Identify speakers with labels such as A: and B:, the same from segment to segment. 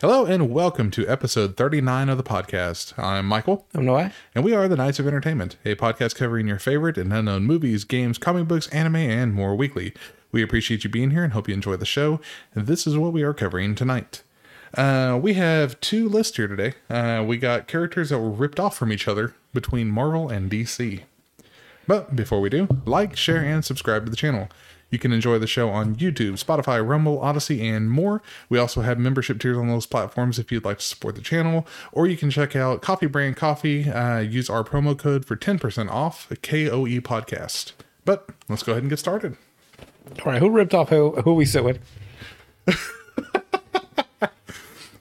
A: Hello and welcome to episode 39 of the podcast. I'm Michael,
B: I'm Noah.
A: and we are the Knights of Entertainment, a podcast covering your favorite and unknown movies, games, comic books, anime, and more weekly. We appreciate you being here and hope you enjoy the show. This is what we are covering tonight. Uh, we have two lists here today. Uh, we got characters that were ripped off from each other between Marvel and DC. But before we do, like, share, and subscribe to the channel. You can enjoy the show on YouTube, Spotify, Rumble, Odyssey, and more. We also have membership tiers on those platforms if you'd like to support the channel, or you can check out Coffee Brand Coffee. Uh, use our promo code for 10% off KOE Podcast. But let's go ahead and get started.
B: All right, who ripped off who? Who we sit with?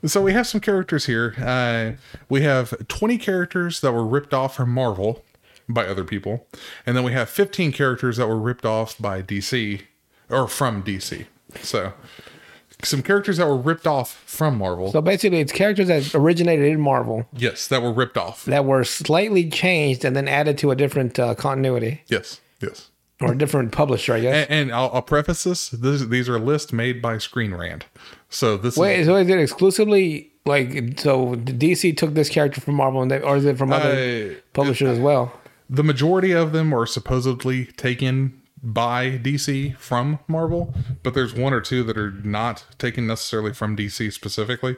A: So we have some characters here. Uh, we have 20 characters that were ripped off from Marvel by other people, and then we have 15 characters that were ripped off by DC or from DC. So some characters that were ripped off from Marvel.
B: So basically, it's characters that originated in Marvel
A: yes, that were ripped off.
B: that were slightly changed and then added to a different uh, continuity
A: Yes, yes.
B: or a different publisher, I guess.
A: And, and I'll, I'll preface this, this: these are lists made by Screen Rant. So this is
B: Wait, so is it exclusively like so? DC took this character from Marvel, and they, or is it from other
A: Uh,
B: publishers as well?
A: the majority of them are supposedly taken by DC from Marvel, but there's one or two that are not taken necessarily from DC specifically,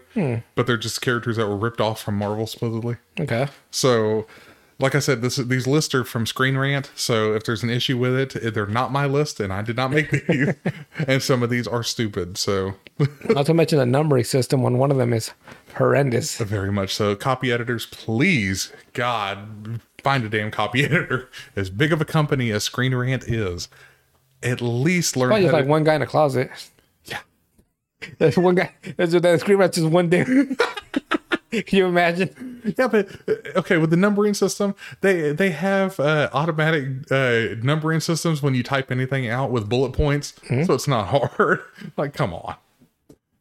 A: but they're just characters that were ripped off from Marvel supposedly.
B: Okay,
A: So, like I said, this these lists are from Screen Rant. So if there's an issue with it, they're not my list, and I did not make these. and some of these are stupid. So
B: not to mention the numbering system on one of them is horrendous.
A: very much so. Copy editors, please, God, find a damn copy editor. As big of a company as Screen Rant is, at least learn.
B: Probably
A: How
B: just
A: to,
B: like one guy in a closet.
A: Yeah.
B: There's one guy. There's that screen that's just one dude. Can you imagine?
A: yeah, but uh, okay, with the numbering system, they they have uh, automatic uh, numbering systems when you type anything out with bullet points, so it's not hard. like, come on.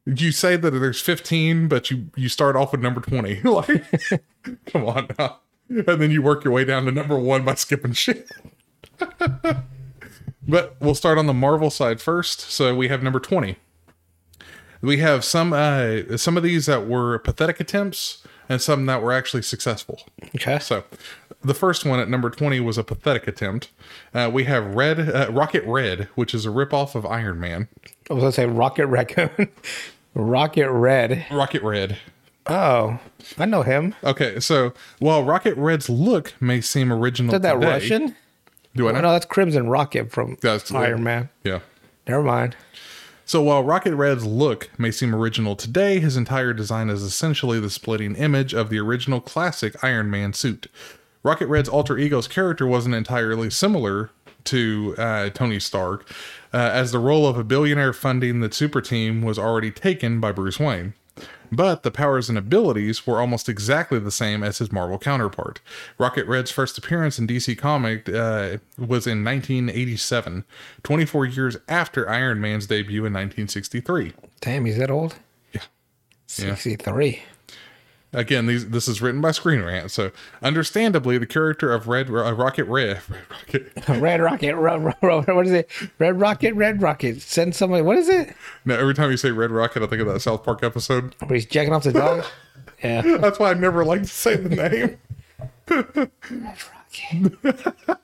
A: You say that there's 15, but you you start off with number 20. like, come on now. And then you work your way down to number one by skipping shit. But we'll start on the Marvel side first. So we have number 20. We have some uh some of these that were pathetic attempts and some that were actually successful.
B: Okay.
A: So the first one at number 20 was a pathetic attempt. Uh, we have Red uh, Rocket Red, which is a ripoff of Iron Man.
B: I was gonna say Rocket Raccoon, Rocket Red.
A: Rocket Red.
B: Oh, I know him.
A: Okay, so while Rocket Red's look may seem original
B: Is that
A: today-
B: Russian?
A: Do I
B: Oh,
A: know?
B: no, that's Crimson Rocket from
A: That's-
B: Iron Man.
A: Yeah.
B: Never mind.
A: So while Rocket Red's look may seem original today, his entire design is essentially the splitting image of the original classic Iron Man suit. Rocket Red's alter ego's character wasn't entirely similar to uh, Tony Stark, uh, as the role of a billionaire funding the super team was already taken by Bruce Wayne. But the powers and abilities were almost exactly the same as his Marvel counterpart. Rocket Red's first appearance in DC Comic uh, was in 1987, 24 years after Iron Man's debut in 1963.
B: Damn, he's that old?
A: Yeah.
B: 63.
A: Again, these, this is written by Screen Rant, so understandably, the character of Red uh, Rocket Red Rocket,
B: Red Rocket, ro- ro- ro- what is it? Red Rocket, Red Rocket. Send somebody, what is it?
A: No, every time you say Red Rocket, I think of that South Park episode.
B: Where he's jacking off the dog? yeah.
A: That's why I never like to say the name.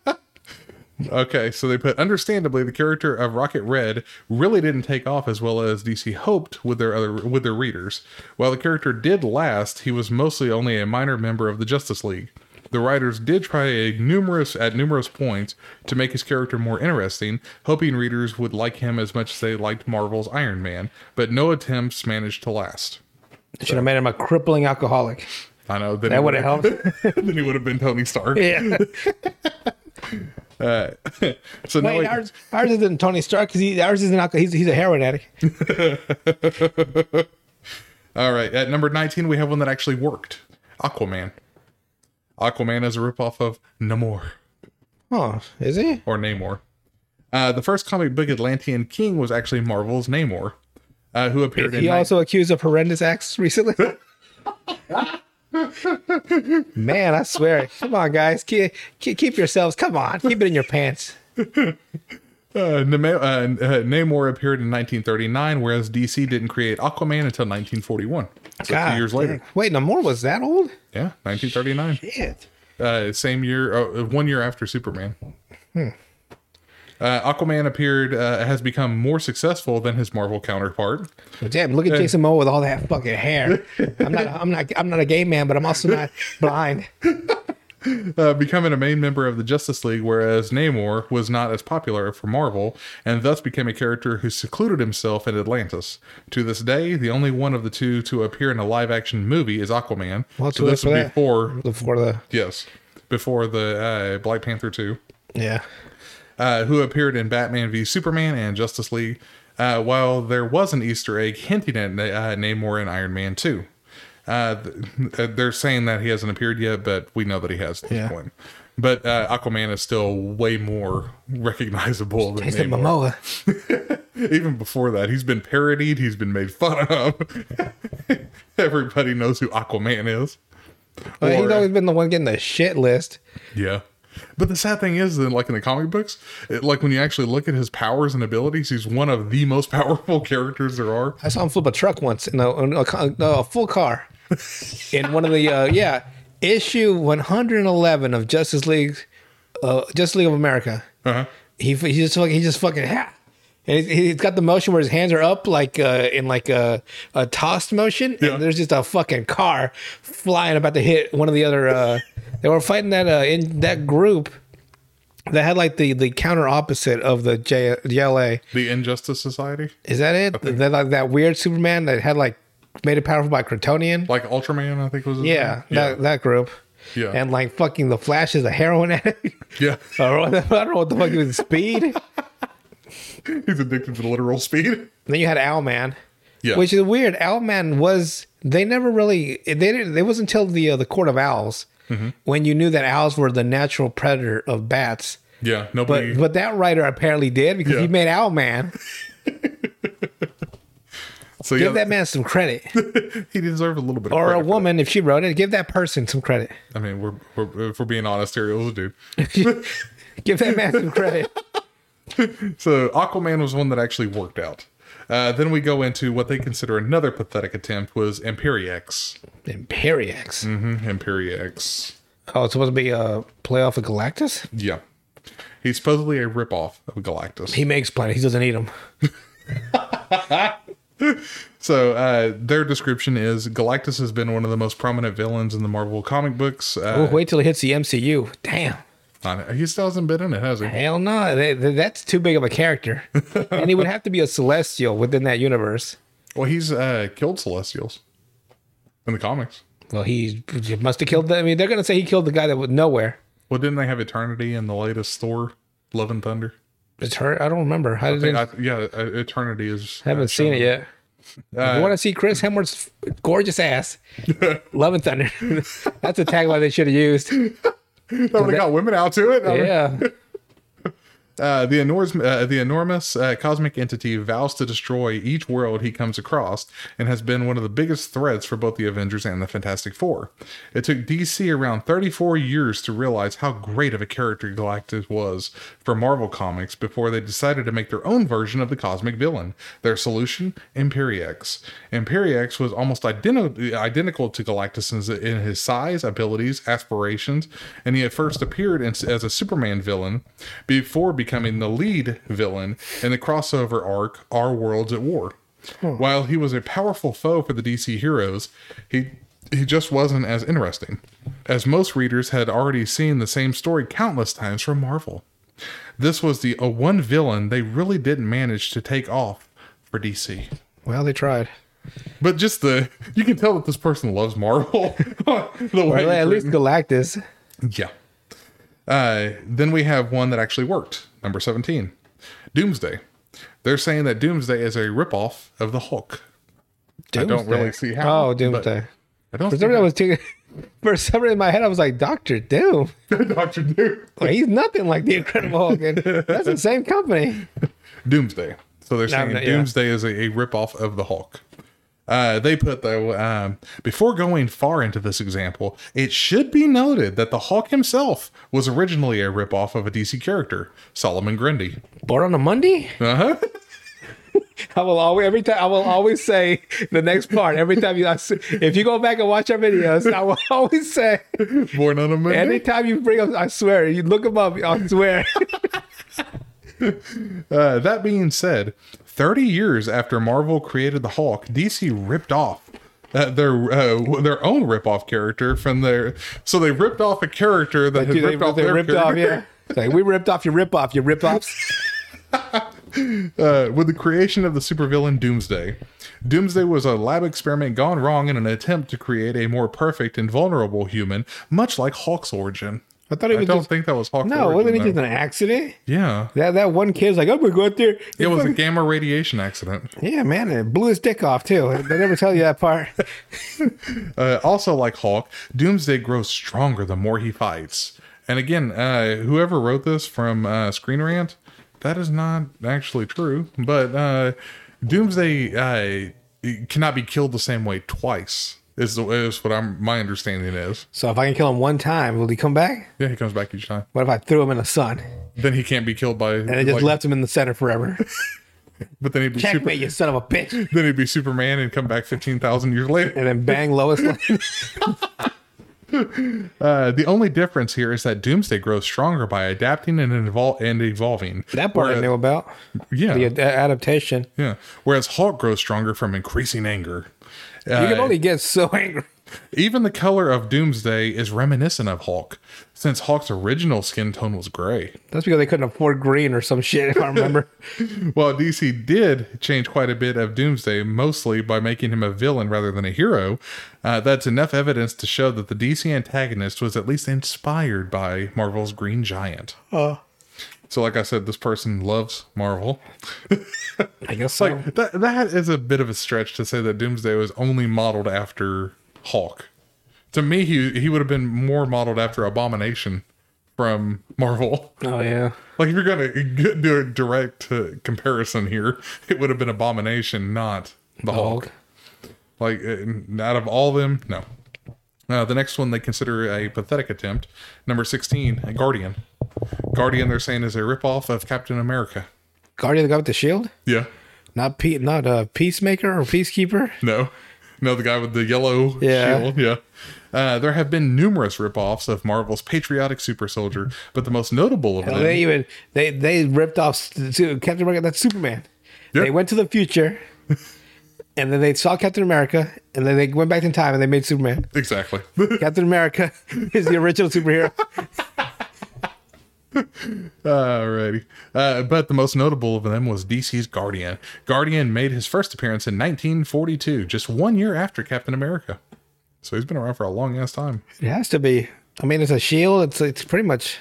A: Okay, so they put understandably the character of Rocket Red really didn't take off as well as DC hoped with their other with their readers. While the character did last, he was mostly only a minor member of the Justice League. The writers did try a numerous at numerous points to make his character more interesting, hoping readers would like him as much as they liked Marvel's Iron Man, but no attempts managed to last.
B: Should have made him a crippling alcoholic.
A: I know then
B: That
A: he
B: would have helped.
A: then he would have been Tony Stark.
B: Yeah.
A: So now
B: Wait,
A: he-
B: ours, ours isn't Tony Stark because ours isn't alcohol. He's, he's a heroin addict.
A: All right, at number 19, we have one that actually worked Aquaman. Aquaman is a ripoff of Namor
B: Oh, is he?
A: or Namor. Uh, the first comic book Atlantean King was actually Marvel's Namor, uh, who appeared in.
B: He also accused of horrendous acts recently. Man, I swear. Come on, guys. Keep, keep, keep yourselves. Come on. Keep it in your pants.
A: uh, Nemo- uh, uh, Namor appeared in 1939, whereas DC didn't create Aquaman until 1941. So two years later.
B: dang. Wait, no more was that old?
A: Yeah, 1939.
B: Shit.
A: Uh, same year, uh, one year after Superman.
B: Hmm.
A: Uh, Aquaman appeared, uh, has become more successful than his Marvel counterpart.
B: Well, damn, look at Jason Momoa with all that fucking hair. I'm not I'm not I'm not a gay man, but I'm also not blind.
A: uh, becoming a main member of the Justice League, whereas Namor was not as popular for Marvel, and thus became a character who secluded himself in Atlantis. To this day, the only one of the two to appear in a live-action movie is Aquaman.
B: Well,
A: so
B: to
A: this
B: us for
A: was
B: that.
A: before,
B: Before the
A: yes, before the uh, Black Panther two
B: Yeah.
A: uh, who appeared in Batman v Superman and Justice League, uh, while there was an Easter egg hinting at uh, Namor in Iron Man 2. Uh, th- they're saying that he hasn't appeared yet, but we know that he has at this
B: Yeah.
A: point. But uh, Aquaman is still way more recognizable than
B: Jason
A: Namor.
B: Momoa.
A: Even before that, he's been parodied, he's been made fun of. Everybody knows who Aquaman is.
B: Well, he's
A: Or-
B: always been the one getting the shit list.
A: Yeah. But the sad thing is, then, like in the comic books, it, like when you actually look at his powers and abilities, he's one of the most powerful characters there are.
B: I saw him flip a truck once in a, in a, co- no, a full car in one of the uh, yeah issue 111 of Justice League, uh, Justice League of America.
A: Uh-huh.
B: He f- he just fucking he just fucking ha. And he's- he's got the motion where his hands are up like uh, in like a, a tossed motion,
A: Yeah.
B: and there's just a fucking car flying about to hit one of the other. Uh, they were fighting that uh, in that group that had like the, the counter opposite of the J- JLA.
A: The Injustice Society,
B: Is that it? That like that weird Superman that had like made it powerful by Kryptonian.
A: like Ultraman, I think was. his
B: yeah,
A: name. yeah,
B: that that group.
A: Yeah.
B: and like fucking the Flash is a heroin addict.
A: yeah.
B: Or what the- I don't know what the fuck it was. Speed.
A: he's addicted to literal speed.
B: then you had Owlman.
A: Yeah.
B: which is weird. Owlman was they never really they didn't. It wasn't until the uh, the Court of Owls
A: Mm-hmm.
B: when you knew that owls were the natural predator of bats.
A: Yeah, nobody.
B: But but that writer apparently did because
A: Yeah.
B: he made Owlman.
A: so yeah,
B: Give that man some credit,
A: he deserved a little bit. Of
B: or a
A: credit.
B: woman if she wrote it. Give that person some credit.
A: I mean, we're, we're if we're being honest here, it was a dude.
B: Give that man some credit.
A: So Aquaman was one that actually worked out. Uh, then we go into what they consider another pathetic attempt was Imperiex.
B: Imperiax.
A: hmm Imperiex.
B: Mm-hmm. Oh, it's supposed to be a playoff of Galactus.
A: Yeah. He's supposedly a ripoff of Galactus.
B: He makes planet. He doesn't eat them.
A: So uh, their description is Galactus has been one of the most prominent villains in the Marvel comic books. Uh,
B: Oh, wait till he hits the MCU. Damn.
A: not- he still hasn't been in it, has he?
B: Hell no. That- that- That's too big of a character. and he would have to be a celestial within that universe.
A: Well, he's uh, killed Celestials in the comics.
B: Well, he must have killed. The, I mean, they're gonna say he killed the guy that was nowhere.
A: Well, didn't they have Eternity in the latest Thor, Love and Thunder?
B: It's her. I don't remember. I, didn't,
A: I, yeah, uh, Eternity is.
B: haven't
A: uh,
B: seen
A: shown.
B: it yet. if you want to see Chris Hemsworth's gorgeous ass, Love and Thunder. That's a tagline they should have used.
A: They already got women out to it. I mean,
B: Yeah.
A: Uh, the, enormous, uh, the enormous uh, cosmic entity vows to destroy each world he comes across and has been one of the biggest threats for both the Avengers and the Fantastic Four. It took DC around 34 years to realize how great of a character Galactus was for Marvel Comics before they decided to make their own version of the cosmic villain. Their solution? Imperiex. Imperiex was almost identi- identical to Galactus in, in his size, abilities, aspirations, and he had first appeared in, as a Superman villain before becoming the lead villain in the crossover arc Our Worlds at War.
B: Hmm.
A: While he was a powerful foe for the DC heroes, he he just wasn't as interesting, as most readers had already seen the same story countless times from Marvel. This was the uh, one villain they really didn't manage to take off for DC.
B: Well, they tried.
A: But just the you can tell that this person loves Marvel. the
B: Or
A: way
B: at
A: it's
B: least Galactus.
A: yeah. Uh, then we have one that actually worked, number 17, Doomsday. They're saying that Doomsday is a ripoff of the Hulk. I don't
B: Doomsday.
A: really see how.
B: Oh,
A: but
B: Doomsday.
A: I don't
B: For some
A: think
B: reason, I was too. For some reason, in my head, I was like, Doctor Doom.
A: Doctor Doom.
B: Like, he's nothing like the Incredible Hulk. And that's the same company.
A: Doomsday. So they're saying
B: no, yeah.
A: Doomsday is a, a ripoff of the Hulk. Uh, they put though, um, before going far into this example, it should be noted that the Hulk himself was originally a ripoff of a DC character, Solomon Grundy. Uh-huh.
B: Born on a Monday?
A: Uh huh.
B: I will always every time I will always say the next part every time you I s- if you go back and watch our videos I will always say
A: Born on a Monday.
B: anytime you bring up I swear you look them up I swear
A: Uh, that being said, 30 years after Marvel created the Hulk, DC ripped off uh, their uh, their own rip-off character from their. So they ripped off a character that had
B: they,
A: ripped off
B: they
A: their
B: ripped off
A: character.
B: yeah It's like we ripped off your rip off your rip offs
A: uh, with the creation of the supervillain Doomsday. Doomsday was a lab experiment gone wrong in an attempt to create a more perfect and vulnerable human, much like Hulk's origin.
B: I thought it
A: I
B: was
A: don't
B: just,
A: think that was Hulk's
B: no
A: origin.
B: wasn't it
A: though.
B: just an accident
A: yeah.
B: that that one kid's like I'm gonna go out there
A: It was a gamma radiation accident.
B: yeah man and it blew his dick off too they never tell you that part
A: Uh, also, like Hulk, Doomsday grows stronger the more he fights. And again, uh, whoever wrote this from uh, Screen Rant, that is not actually true. But uh, Doomsday uh, cannot be killed the same way twice. Is, the, is what I'm my understanding is.
B: so if I can kill him one time will he come back
A: Yeah, he comes back each time.
B: what if I threw him in the sun
A: Then he can't be killed by.
B: and I just left him in the center forever
A: But then he'd be super,
B: checkmate you son of a bitch.
A: then he'd be Superman and come back fifteen thousand years later.
B: and then bang Lois Lane.
A: Uh, the only difference here is that Doomsday grows stronger by adapting and evol- and evolving.
B: that part I
A: Whereas-
B: knew about.
A: yeah,
B: The ad- adaptation.
A: yeah. Whereas Hulk grows stronger from increasing anger.
B: You can
A: Uh,
B: only get so angry.
A: Even the color of Doomsday is reminiscent of Hulk, since Hulk's original skin tone was gray.
B: That's because they couldn't afford green or some shit, if I remember.
A: While DC did change quite a bit of Doomsday, mostly by making him a villain rather than a hero, uh, that's enough evidence to show that the DC antagonist was at least inspired by Marvel's Green Giant. So, like I said, this person loves Marvel.
B: I guess so.
A: That that is a bit of a stretch to say that Doomsday was only modeled after Hulk. To me, he he would have been more modeled after Abomination from Marvel.
B: oh, yeah.
A: Like if you're gonna do a direct uh, comparison here, it would have been Abomination, not the Hulk.
B: Hulk.
A: Like uh, out of all them, no. Uh, the next one they consider a pathetic attempt. Number sixteen, a Guardian. Guardian, they're saying is a ripoff of Captain America.
B: Guardian of the guy with the shield?
A: Yeah.
B: Not pe- not uh, Peacemaker or Peacekeeper?
A: No. No, the guy with the yellow
B: Yeah.
A: shield. Yeah. Uh, there have been numerous ripoffs of Marvel's patriotic super soldier, but the most notable of
B: Well,
A: them.
B: they even they they ripped off s- to Captain America. That's Superman.
A: Yep.
B: They went to the future, and then they saw Captain America, and then they went back in time and they made Superman.
A: exactly.
B: Captain America is the original superhero.
A: Alrighty. Uh, but the most notable of them was DC's Guardian. Guardian made his first appearance in 1942, just one year after Captain America. So he's been around for a long ass time.
B: It has to be. I mean, it's a shield. It's it's pretty much.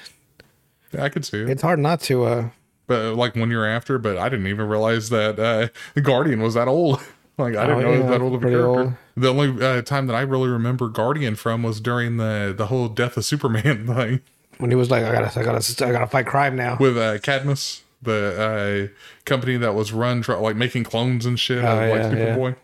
A: Yeah, I could see it.
B: It's hard not to. uh
A: But uh, like one year after, but I didn't even realize that uh, the Guardian was that old. Like I didn't
B: Oh,
A: know it was
B: yeah,
A: that old of a
B: pretty
A: character.
B: old.
A: The only uh, time that I really remember Guardian from was during the the whole death of Superman thing
B: When he was like, I gotta, I gotta, I gotta fight crime now.
A: with uh, Cadmus, the uh, company that was run tr- like making clones and shit of
B: Oh,
A: like
B: yeah,
A: Superboy.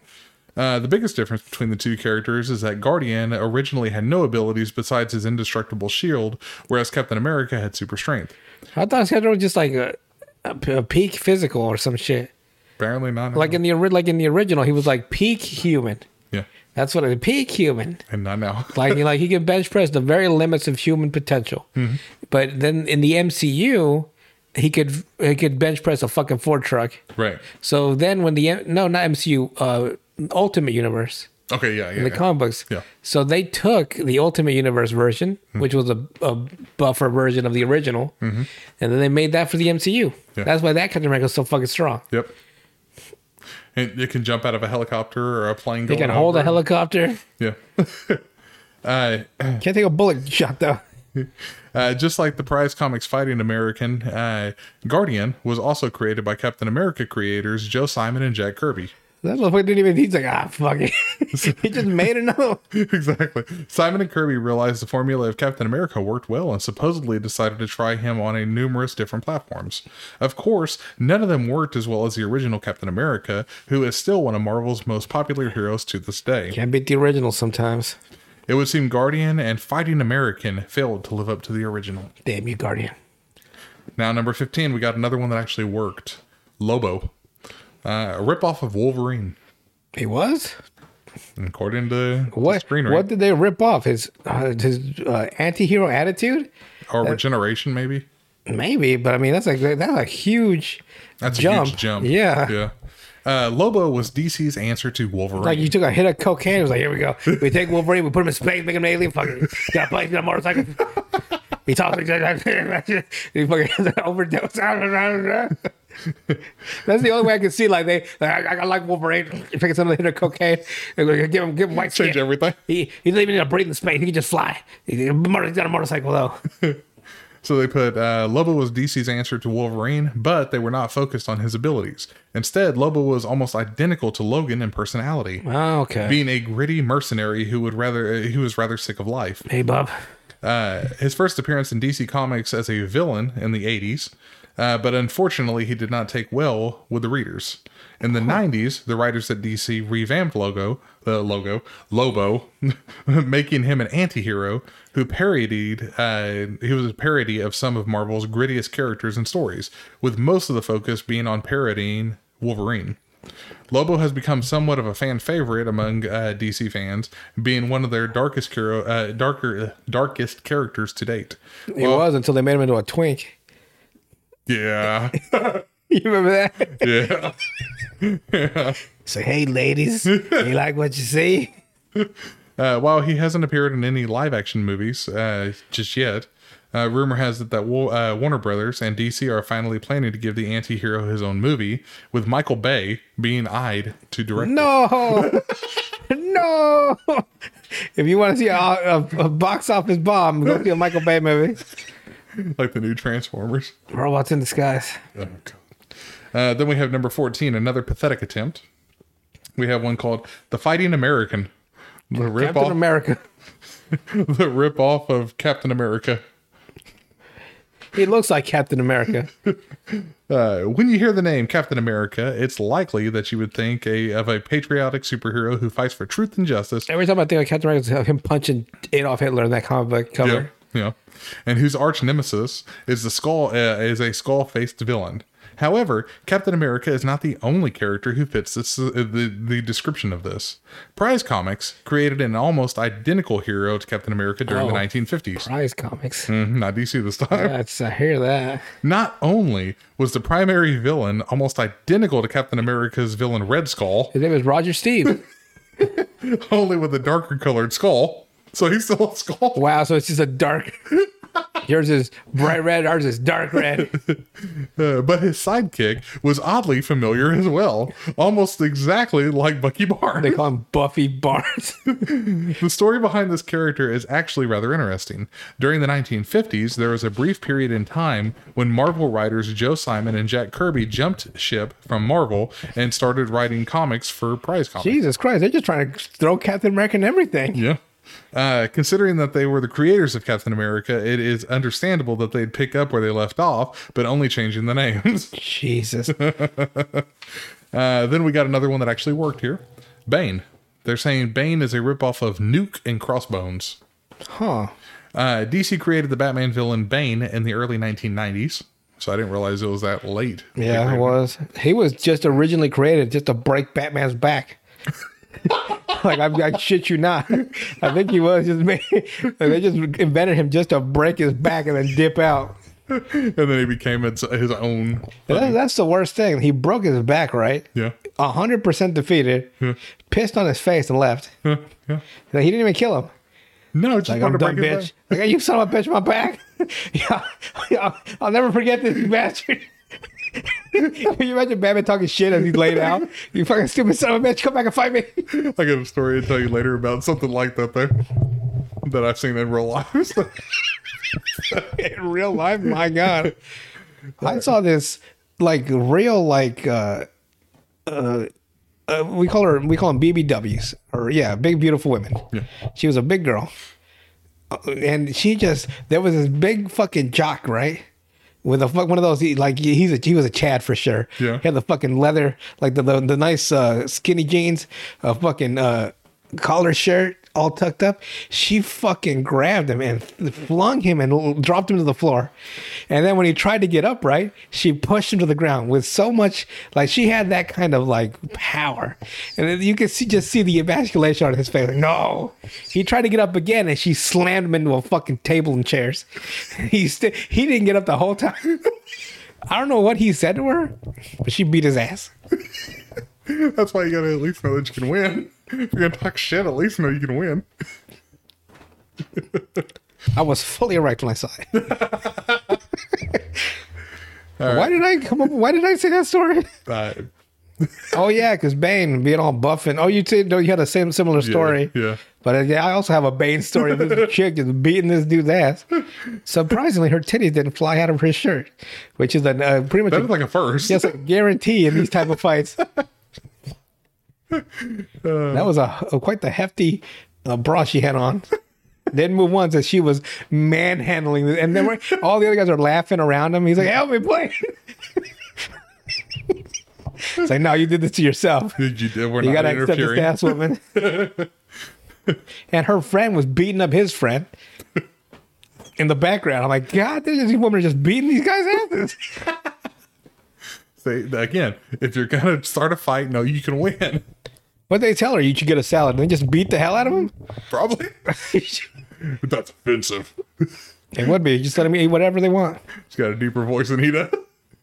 A: Uh, the biggest difference between the two characters is that Guardian originally had no abilities besides his indestructible shield, whereas Captain America had super strength.
B: I thought Sandra was just like a, a, p- a peak physical or some shit.
A: Apparently not
B: Like in the ori- like in the original, he was like peak human.
A: yeah,
B: That's what it peak human.
A: and not now.
B: Like he like he can bench press the very limits of human potential.
A: Mm-hmm.
B: But then in the MCU, he could he could bench press a fucking Ford truck.
A: right.
B: So then when the M- no not MCU uh Ultimate Universe.
A: Okay. Yeah. Yeah.
B: the
A: yeah.
B: comic books.
A: Yeah. Mm-hmm.
B: So they took the Ultimate Universe version, which was a, a buffer version of the original, and then they made that for the MCU.
A: Yeah.
B: That's why that Captain America is so fucking strong.
A: Yep. And it can jump out of a helicopter or a plane.
B: He
A: going
B: can hold a
A: over.
B: helicopter.
A: Yeah. uh,
B: Can't take a bullet shot though.
A: Uh, just like the prize comics Fighting American, uh, Guardian was also created by Captain America creators Joe Simon and Jack Kirby.
B: That motherfucker didn't even. He's like, ah, fuck it. he just made another. one.
A: exactly. Simon and Kirby realized the formula of Captain America worked well and supposedly decided to try him on a numerous different platforms. Of course, none of them worked as well as the original Captain America, who is still one of Marvel's most popular heroes to this day.
B: Can't beat the original sometimes.
A: It would seem Guardian and Fighting American failed to live up to the original.
B: Damn you, Guardian.
A: Now, number 15, we got another one that actually worked Lobo. Uh, a ripoff of Wolverine,
B: He was.
A: according to
B: What?
A: the screenwriter.
B: What did they rip off? His uh, his uh, anti-hero attitude?
A: or regeneration, maybe.
B: Maybe, but I mean that's like that's a huge
A: That's
B: jump.
A: a huge jump.
B: Yeah.
A: yeah. Uh, Lobo was DC's answer to Wolverine.
B: Like you took a hit of cocaine. It was like, here we go. We take Wolverine, we put him in space, make him an alien. Fucking got bikes, got motorcycle. He talks like that. He fucking overdose. That's the only way I can see. Like they, like, I, I like Wolverine. Picking something hit of cocaine. and we're gonna Give him, give him white
A: Change
B: skin.
A: everything.
B: He, he doesn't even need to breathe in space. He can just fly. He, he's on a motorcycle though.
A: So they put uh, Lobo was DC's answer to Wolverine, but they were not focused on his abilities. Instead, Lobo was almost identical to Logan in personality,
B: Oh, okay.
A: being a gritty mercenary who would rather uh, who was rather sick of life.
B: hey, Bob.
A: Uh, his first appearance in DC Comics as a villain in the 80s, uh, but unfortunately, he did not take well with the readers. In the 90s, the writers at DC revamped logo the logo Lobo, making him an anti-hero who parodied. Uh, he was a parody of some of Marvel's grittiest characters and stories, with most of the focus being on parodying Wolverine. Lobo has become somewhat of a fan favorite among uh, DC fans, being one of their darkest charo- uh, darker uh, darkest characters to date.
B: He was until they made him into a twink.
A: Yeah,
B: You remember that?
A: yeah.
B: Say, hey, ladies, you like what you see?
A: Uh, while he hasn't appeared in any live action movies uh, just yet, uh, rumor has it that Wa- uh, Warner Brothers and DC are finally planning to give the anti-hero his own movie, with Michael Bay being eyed to direct. it.
B: No, no. If you want to see a, a, a box office bomb, go see a Michael Bay movie.
A: like the new Transformers.
B: Robots in disguise.
A: Oh, God. Uh, then we have number 14, another pathetic attempt. We have one called The Fighting American. The rip
B: Captain
A: off
B: America.
A: the rip off of Captain America.
B: He looks like Captain America.
A: Uh, when you hear the name Captain America, it's likely that you would think a, of a patriotic superhero who fights for truth and justice.
B: Every time I think of Captain America, it's him punching Adolf Hitler in that comic book cover.
A: Yeah, yeah. And whose arch nemesis is the skull uh, is a skull faced villain. However, Captain America is not the only character who fits this, uh, the the description of this. Prize Comics created an almost identical hero to Captain America during the
B: Oh.
A: 1950s.
B: Prize comics.
A: Mhm, not DC this time.
B: That's I hear that.
A: Not only was the primary villain almost identical to Captain America's villain Red Skull,
B: His name is Roger Steve.
A: only with a darker colored skull. So he's still a skull.
B: Wow, so it's just a dark. Yours is bright red. Ours is dark red.
A: Uh, but his sidekick was oddly familiar as well, almost exactly like Bucky
B: They
A: Barnes.
B: call him Buffy Barnes.
A: The story behind this character is actually rather interesting. During the 1950s, there was a brief period in time when Marvel writers Joe Simon and Jack Kirby jumped ship from Marvel and started writing comics for Prize Comics.
B: Jesus Christ, they're just trying to throw Captain America and everything.
A: Yeah. Uh, considering that they were the creators of Captain America, it is understandable that they'd pick up where they left off, but only changing the names.
B: Jesus.
A: Uh, then we got another one that actually worked here Bane. They're saying Bane is a ripoff of Nuke and Crossbones.
B: Huh.
A: Uh, DC created the Batman villain Bane in the early 1990s, so I didn't realize it was that late.
B: Yeah, it was. He was just originally created just to break Batman's back. like I, I shit you not. I think he was just made, like, they just invented him just to break his back and then dip out.
A: And then he became its, his own.
B: That- that's the worst thing. He broke his back, right?
A: Yeah.
B: A hundred percent defeated, pissed on his face and left.
A: Yeah. yeah.
B: Like, he didn't even kill him.
A: No, just
B: Like,
A: wanted to
B: I'm done,
A: break it
B: bitch. Like, you son of a bitch, my back. yeah, yeah, I'll never forget this, you bastard. Can you imagine Batman talking shit as he's laid out? You fucking stupid son of a bitch, come back and fight me.
A: down. I got a story to tell you later about something like that, though, that I've seen in real life.
B: In real life, my God. I saw this like real, like, uh, uh, uh, we call her, we call them BBWs or yeah, big, beautiful women. She was a big girl. Uh, and she just there was this big fucking jock right with a fuck one of those he, like he's a he was a Chad for sure.
A: Yeah.
B: he had the fucking leather like the the, the nice uh, skinny jeans, a fucking uh, collar shirt, all tucked up, she fucking grabbed him and flung him and l- dropped him to the floor. And then when he tried to get up, right, she pushed him to the ground with so much like she had that kind of like power. And then you could see just see the emasculation on his face. Like, no. He tried to get up again and she slammed him into a fucking table and chairs. He st- he didn't get up the whole time. I don't know what he said to her, but she beat his ass.
A: That's why you gotta at least know that you can win. If you're gonna talk shit, at least know you can win.
B: I was fully erect when I saw it. Why did I come up? Why did I say that story?
A: Uh,
B: Oh yeah, because Bane being all buffing. Oh, you did. No, you had a same similar story.
A: yeah.
B: But uh, yeah, I also have a Bane story of this chick just beating this dude's ass. Surprisingly, her titties didn't fly out of her shirt, which is a uh, pretty much
A: that
B: a,
A: was like a first.
B: yes, a guarantee in these type of fights. that was a, a- quite the hefty uh, bra she had on. Didn't move once as she was manhandling, this. and then we're- all the other guys are laughing around him. He's like, "Help me, play." it's like, no, you did this to yourself.
A: You, you- we're
B: You
A: not
B: gotta accept this
A: interfering.
B: ass woman. and her friend was beating up his friend in the background. I'm like, God, these women are just beating these guys' asses.
A: Say, again, if you're gonna start a fight, know you can win.
B: What they tell her, you should get a salad, and they just beat the hell out of him.
A: Probably. That's offensive.
B: it would be just let them eat whatever they want.
A: She's got a deeper voice than he does.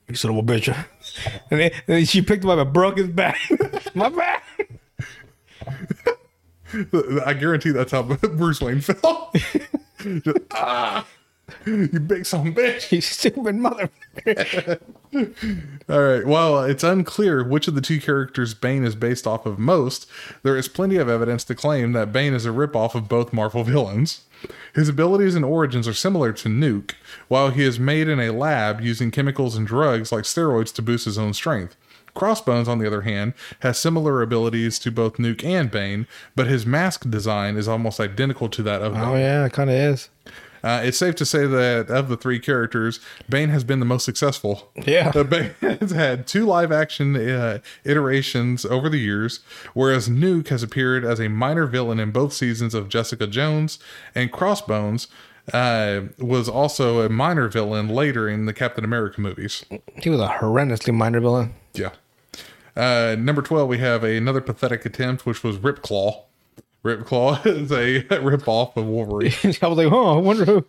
B: You son of a bitch. And then, and then she picked him up and broke his back. My back.
A: I guarantee that's how Bruce Wayne felt. Just, ah, you big son of a bitch.
B: You stupid motherfucker.
A: All right. While it's unclear which of the two characters Bane is based off of most, there is plenty of evidence to claim that Bane is a ripoff of both Marvel villains. His abilities and origins are similar to Nuke, while he is made in a lab using chemicals and drugs like steroids to boost his own strength. Crossbones, on the other hand, has similar abilities to both Nuke and Bane, but his mask design is almost identical to that of Nuke.
B: Oh, yeah, it kind of is.
A: Uh, it's safe to say that of the three characters, Bane has been the most successful.
B: Yeah.
A: Uh, Bane has had two live action uh, iterations over the years, whereas Nuke has appeared as a minor villain in both seasons of Jessica Jones and Crossbones. Uh, was also a minor villain later in the Captain America movies.
B: He was a horrendously minor villain.
A: Yeah. Uh, number 12, we have another pathetic attempt, which was Ripclaw. Ripclaw is a ripoff of Wolverine.
B: I was like, huh, I wonder who.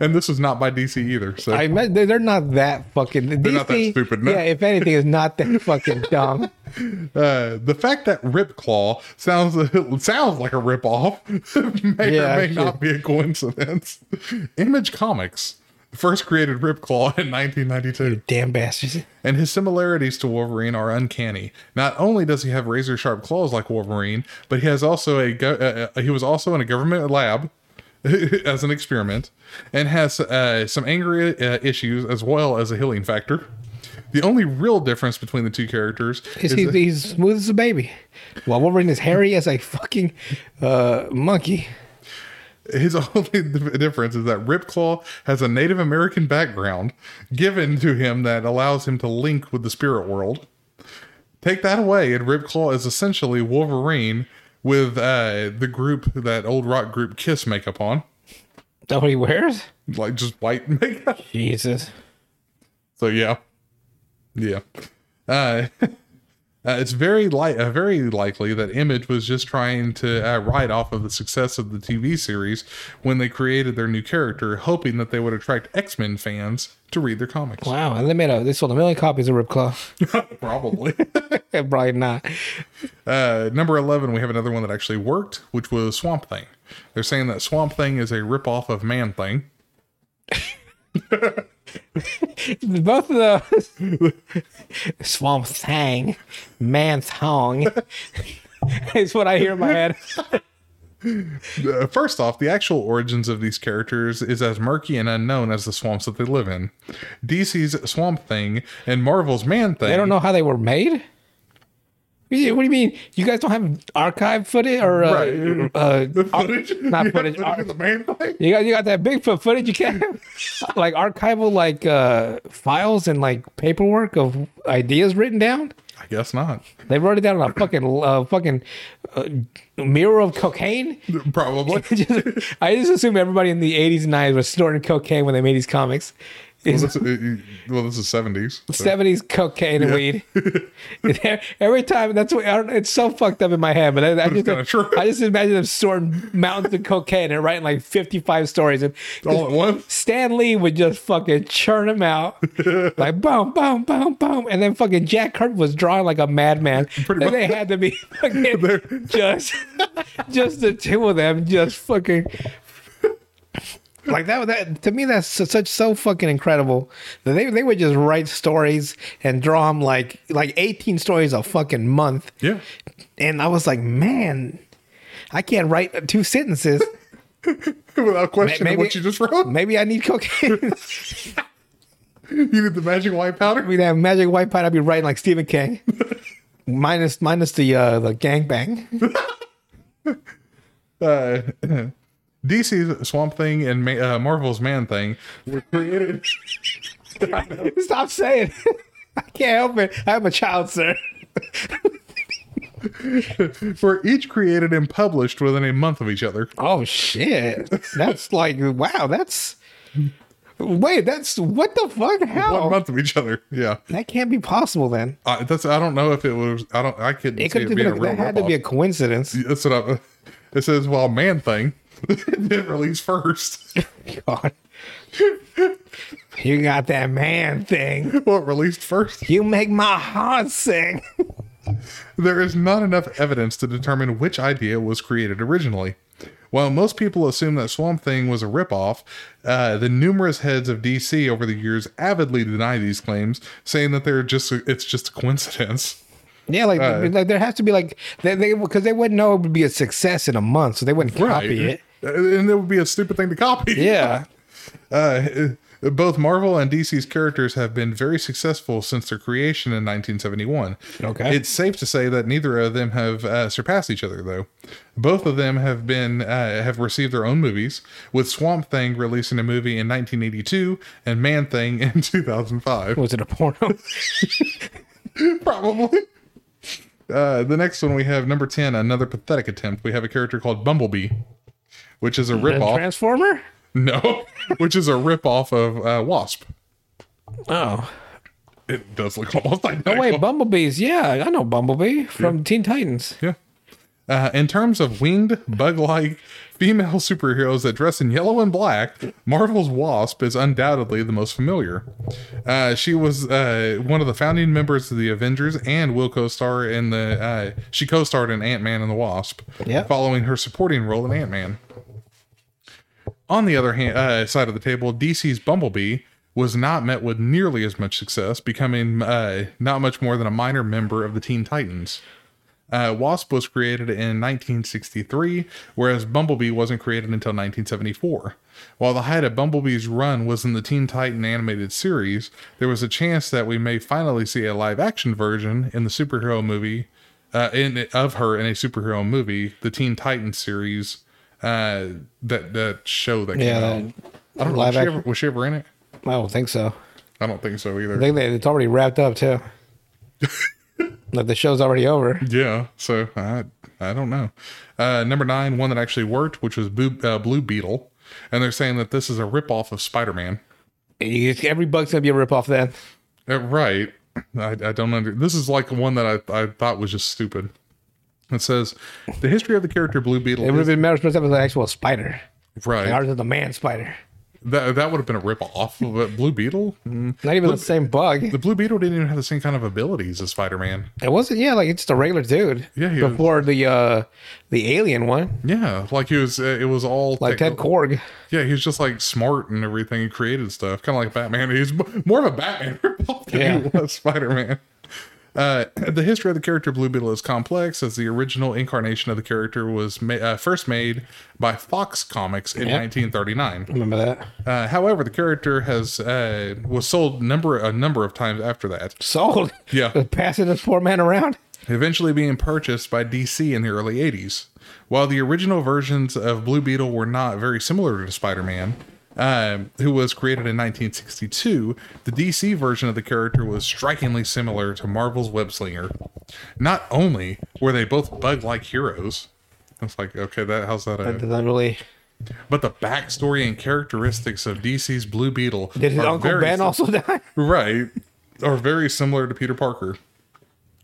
A: And this was not by DC either. So
B: I meant they- they're not that fucking. They're
A: not that stupid, no.
B: Yeah, if anything, is not that fucking dumb.
A: Uh, the fact that Ripclaw sounds sounds like a ripoff may
B: Yeah,
A: or may
B: actually.
A: not be a coincidence. Image Comics first created Ripclaw in 1992,
B: Damn bastards.
A: and his similarities to Wolverine are uncanny. Not only does he have razor sharp claws like Wolverine, but he has also a go- uh, uh, he was also in a government lab as an experiment, and has uh, some angry uh, issues as well as a healing factor. The only real difference between the two characters
B: He's, he's, he's smooth as a baby. While Wolverine is hairy as a fucking uh, monkey.
A: His only difference is that Ripclaw has a Native American background given to him that allows him to link with the spirit world. Take that away, and Ripclaw is essentially Wolverine with uh, the group that old rock group Kiss makeup on,
B: That's what he wears?
A: like just white makeup.
B: Jesus.
A: So yeah, yeah. Uh, uh, it's very light, uh, very likely that Image was just trying to uh, ride off of the success of the TV series when they created their new character, hoping that they would attract X Men fans to read their comics.
B: Wow. And they made a, they sold a million copies of Ripclaw.
A: Probably.
B: Probably not.
A: Uh, number 11, we have another one that actually worked, which was Swamp Thing. They're saying that Swamp Thing is a ripoff of Man Thing.
B: Both of those. Swamp Thang, Man Thong. is what I hear in my head.
A: Uh, first off, the actual origins of these characters is as murky and unknown as the swamps that they live in. DC's Swamp Thing and Marvel's Man Thing.
B: They don't know how they were made. Yeah, What do you mean? You guys don't have archive footage or uh,
A: Right.
B: uh,
A: the footage.
B: not
A: You have
B: footage, art.
A: of the Man Thing.
B: you got you got that Bigfoot footage? You can't have like archival like uh, files and like paperwork of ideas written down.
A: I guess not.
B: They wrote it down on a fucking uh, fucking uh, mirror of cocaine.
A: Probably.
B: Just- I just assume everybody in the 80s and 90s was snorting cocaine when they made these comics.
A: well,
B: It's
A: this, is- well, this is seventies.
B: 70s cocaine and weed. Every time, that's what I don't, it's so fucked up in my head. But I, I,
A: it's kinda
B: just,
A: true.
B: I just imagine them sorting mountains of cocaine and writing like 55 stories. And
A: all at once.
B: Stan Lee would just fucking churn them out like boom, boom, boom, boom. And then fucking Jack Kirby was drawing like a madman.
A: Pretty
B: and they
A: much.
B: had to be fucking just, just the two of them just fucking. Like that, that to me, that's su- such so fucking incredible that they they would just write stories and draw them like like eighteen stories a fucking month,
A: Yeah.
B: and I was like, man, I can't write two sentences.
A: Without questioning
B: Maybe-
A: what you just wrote,
B: Maybe I need cocaine.
A: you did the magic white powder.
B: be that magic white pine, I'd be writing like Stephen King. minus minus the uh the gangbang.
A: Uh, DC's Swamp Thing and Ma- uh, Marvel's Man Thing were created.
B: Stop saying it. I can't help it. I'm a child, sir.
A: were each created and published within a month of each other.
B: Oh shit. That's like wow, that's wait, that's what the fuck?
A: One
B: How
A: month of each other. Yeah,
B: that can't be possible then.
A: I, that's. I don't know if it was. I don't. I couldn't
B: It
A: see
B: could
A: it
B: have been
A: being a
B: a,
A: real
B: that had to be a
A: ripoff.
B: coincidence.
A: That's what I. It says while Man Thing did release first.
B: God. You got that man thing.
A: what released first?
B: You make my heart sing.
A: There is not enough evidence to determine which idea was created originally. While most people assume that Swamp Thing was a ripoff, uh, the numerous heads of DC over the years avidly deny these claims, saying that they're just it's just a coincidence.
B: Yeah, like, like there has to be like they they because they wouldn't know it would be a success in a month, so they wouldn't copy it.
A: And it would be a stupid thing to copy.
B: Yeah,
A: Uh, both Marvel and DC's characters have been very successful since their creation in 1971.
B: Okay.
A: It's safe to say that neither of them have uh, surpassed each other, though. Both of them have been uh, have received their own movies, with Swamp Thing releasing a movie in 1982 and Man Thing in 2005.
B: was it a porno?
A: Probably. Uh, the next one we have number 10, another pathetic attempt. We have a character called Bumblebee, which is a
B: A
A: ripoff.
B: Transformer?
A: No, which is a ripoff of uh, Wasp.
B: Oh,
A: It does look almost like
B: oh wait, Bumblebees. Yeah, I know Bumblebee from Teen Titans.
A: Yeah. Uh, in terms of winged, bug like female superheroes that dress in yellow and black, Marvel's Wasp is undoubtedly the most familiar. Uh, she was uh, one of the founding members of the Avengers and will co star in the. Uh, she co starred in Ant Man and the Wasp,
B: Yeah.
A: following her supporting role in Ant Man. On the other hand, uh, side of the table, DC's Bumblebee was not met with nearly as much success, becoming uh, not much more than a minor member of the Teen Titans. Uh, Wasp was created in 1963, whereas Bumblebee wasn't created until 1974. While the height of Bumblebee's run was in the Teen Titan animated series, there was a chance that we may finally see a live-action version in the superhero movie, uh, in of her in a superhero movie, the Teen Titan series, uh, that that show that came
B: Yeah,
A: out.
B: that
A: I don't know. Was
B: live
A: she,
B: action-
A: ever, was she ever in it?
B: I don't think so.
A: I don't think so
B: I
A: either.
B: think they, it's already wrapped up too. like the show's already over.
A: Yeah, so I I don't know. Uh, number nine, one that actually worked, which was Blue, uh, Blue Beetle, and they're saying that this is a ripoff of Spider Man.
B: You- Every bug's gonna be a ripoff then.
A: Uh, right? I, I don't under. This is like one that I I thought was just stupid. It says the history of the character Blue Beetle.
B: It would have
A: Is,
B: been better if it was an actual spider.
A: right.
B: Ours is the man spider.
A: that that would have been a ripoff. But Blue Beetle, Mm.
B: Not even the same bug.
A: the Blue Beetle didn't even have the same kind of abilities as Spider Man.
B: It wasn't. Yeah, like it's just a regular dude.
A: Yeah, he was-
B: before the uh the alien one,
A: Yeah, like he was. Uh, it was all
B: like Ted Korg.
A: Yeah, he was just like smart and everything. He created stuff, kind of like Batman. He's m- more of a Batman ripoff than he
B: Yeah.
A: was Spider Man. Uh, the history of the character Blue Beetle is complex, as the original incarnation of the character was ma- uh, first made by Fox Comics in 1939.
B: Remember that?
A: Uh, however, the character has uh, was sold number a number of times after that,
B: Sold.
A: Yeah.
B: Just passing this poor man around.
A: eventually being purchased by DC in the early 80s. While the original versions of Blue Beetle were not very similar to Spider Man, um, who was created in 1962, the DC version of the character was strikingly similar to Marvel's Webslinger. Not only were they both bug-like heroes, it's like okay, that how's that? a-
B: Does that really?
A: but the backstory and characteristics of DC's Blue Beetle
B: Did his
A: are
B: uncle
A: very
B: Ben also die?
A: right are very similar to Peter Parker.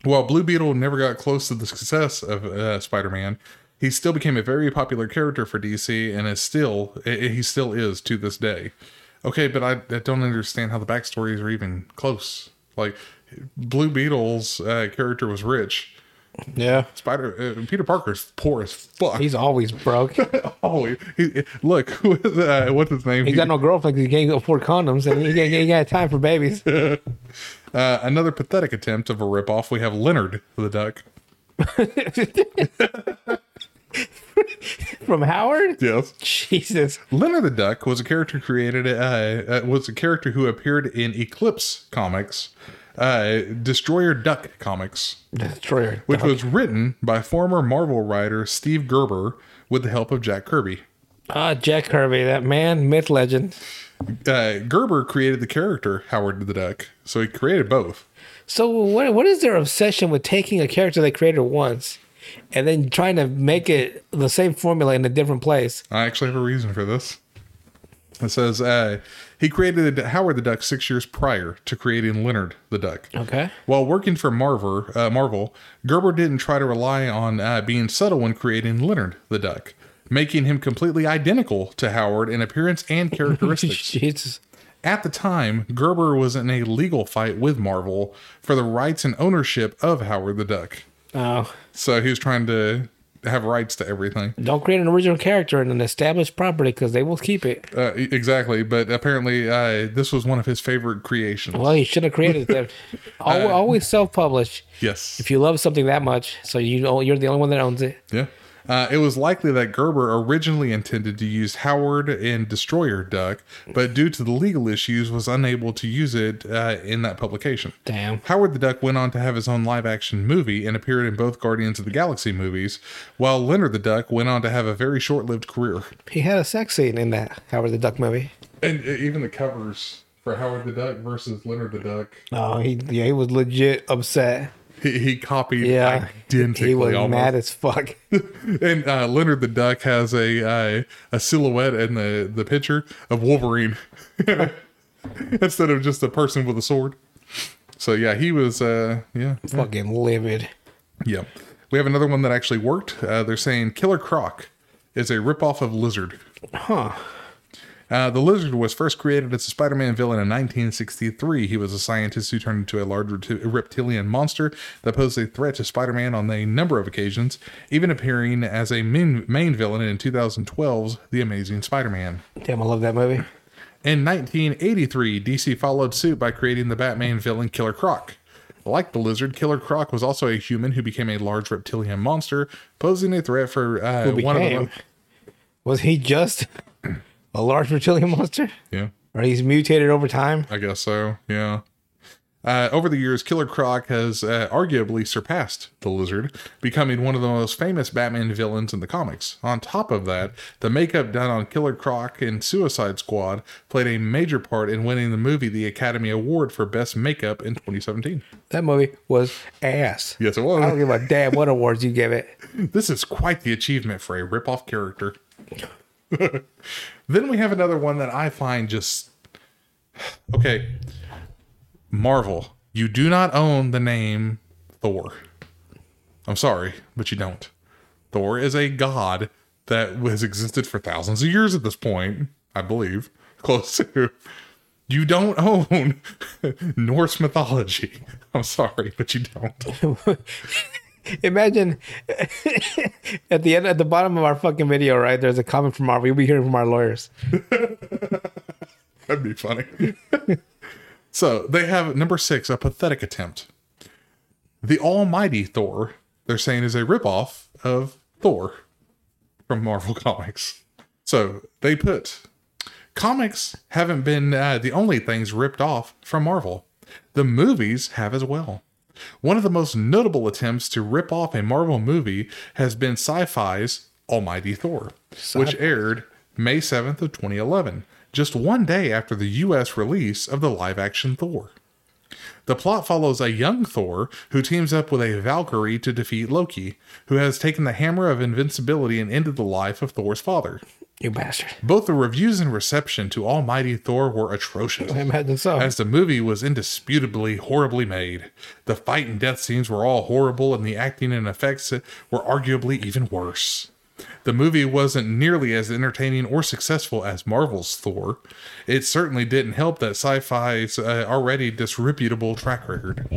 A: While Blue Beetle never got close to the success of uh, Spider-Man, he still became a very popular character for DC and is still i- i- he still is to this day. Okay, but I, I don't understand how the backstories are even close. Like Blue Beetle's uh, character was rich.
B: Yeah.
A: Spider uh, Peter Parker's poor as fuck.
B: He's always broke.
A: always he, look with, uh, what's his name?
B: He's
A: He-
B: got no girlfriend because he can't afford condoms and he ain't, he ain't got time for babies.
A: Uh, another pathetic attempt of a ripoff. We have Leonard the Duck.
B: From Howard?
A: Yes.
B: Jesus.
A: Leonard the Duck was a character created. Uh, uh, was a character who appeared in Eclipse Comics, uh, Destroyer Duck Comics,
B: Destroyer.
A: which was written by former Marvel writer Steve Gerber with the help of Jack Kirby.
B: Ah, Jack Kirby, that man, myth legend.
A: Uh, Gerber created the character Howard the Duck, so he created both.
B: So what what is their obsession with taking a character they created once and then trying to make it the same formula in a different place?
A: I actually have a reason for this. It says uh, he created Howard the Duck six years prior to creating Leonard the Duck.
B: Okay.
A: While working for Marvel, uh, Marvel, Gerber didn't try to rely on uh, being subtle when creating Leonard the Duck, making him completely identical to Howard in appearance and characteristics.
B: Jesus.
A: At the time, Gerber was in a legal fight with Marvel for the rights and ownership of Howard the Duck.
B: Oh.
A: So he was trying to have rights to everything.
B: Don't create an original character in an established property because they will keep it.
A: Uh, e- exactly, but apparently uh, this was one of his favorite creations.
B: Well, you should have created that. Always, always self-publish.
A: Yes.
B: If you love something that much, so you know you're the only one that owns it.
A: Yeah. Uh, it was likely that Gerber originally intended to use Howard and Destroyer Duck, but due to the legal issues, was unable to use it uh, in that publication.
B: Damn.
A: Howard the Duck went on to have his own live action movie and appeared in both Guardians of the Galaxy movies, while Leonard the Duck went on to have a very short lived career.
B: He had a sex scene in that Howard the Duck movie.
A: And uh, even the covers for Howard the Duck versus Leonard the Duck,
B: No, Oh, he yeah, he was legit upset.
A: he, he copied
B: Yeah.
A: identically.
B: He was
A: almost.
B: mad as fuck.
A: and uh, Leonard the Duck has a uh, a silhouette in the the picture of Wolverine instead of just a person with a sword. So yeah, he was uh, yeah
B: Fucking livid.
A: yeah. We have another one that actually worked. Uh, they're saying Killer Croc is a ripoff of Lizard.
B: Huh.
A: Uh, the lizard was first created as a Spider-Man villain in 1963. He was a scientist who turned into a large repti- reptilian monster that posed a threat to Spider-Man on a number of occasions, even appearing as a main, main villain in 2012's The Amazing Spider-Man.
B: Damn, I love that movie.
A: In 1983, DC followed suit by creating the Batman villain Killer Croc. Like the lizard, Killer Croc was also a human who became a large reptilian monster, posing a threat for uh,
B: Who
A: one of
B: became?
A: the
B: Was he just a large reptilian monster?
A: yeah.
B: Or he's mutated over time?
A: I guess so. Yeah. Uh, over the years, Killer Croc has uh, arguably surpassed the Lizard, becoming one of the most famous Batman villains in the comics. On top of that, the makeup done on Killer Croc in Suicide Squad played a major part in winning the movie the Academy Award for Best Makeup in 2017.
B: That movie was ass.
A: Yes, it
B: I don't
A: was.
B: give a damn what awards you give it.
A: This is quite the achievement for a ripoff character. then we have another one that I find just okay. Marvel, you do not own the name Thor. I'm sorry, but you don't. Thor is a god that has existed for thousands of years at this point, I believe. Close to. You don't own Norse mythology. I'm sorry, but you don't.
B: Imagine at the end, at the bottom of our fucking video, right? There's a comment from our. We'll be hearing from our lawyers.
A: That'd be funny. so they have number six, a pathetic attempt. The Almighty Thor, they're saying, is a ripoff of Thor from Marvel Comics. So they put comics haven't been uh, the only things ripped off from Marvel, the movies have as well. One of the most notable attempts to rip off a Marvel movie has been sci fi's Almighty Thor, which aired May 7th of 2011, just one day after the US release of the live action Thor. The plot follows a young Thor who teams up with a Valkyrie to defeat Loki, who has taken the hammer of invincibility and ended the life of Thor's father.
B: You bastard.
A: Both the reviews and reception to Almighty Thor were atrocious.
B: I imagine so.
A: As the movie was indisputably horribly made, the fight and death scenes were all horrible, and the acting and effects were arguably even worse. The movie wasn't nearly as entertaining or successful as Marvel's Thor. It certainly didn't help that sci fi's uh, already disreputable track record.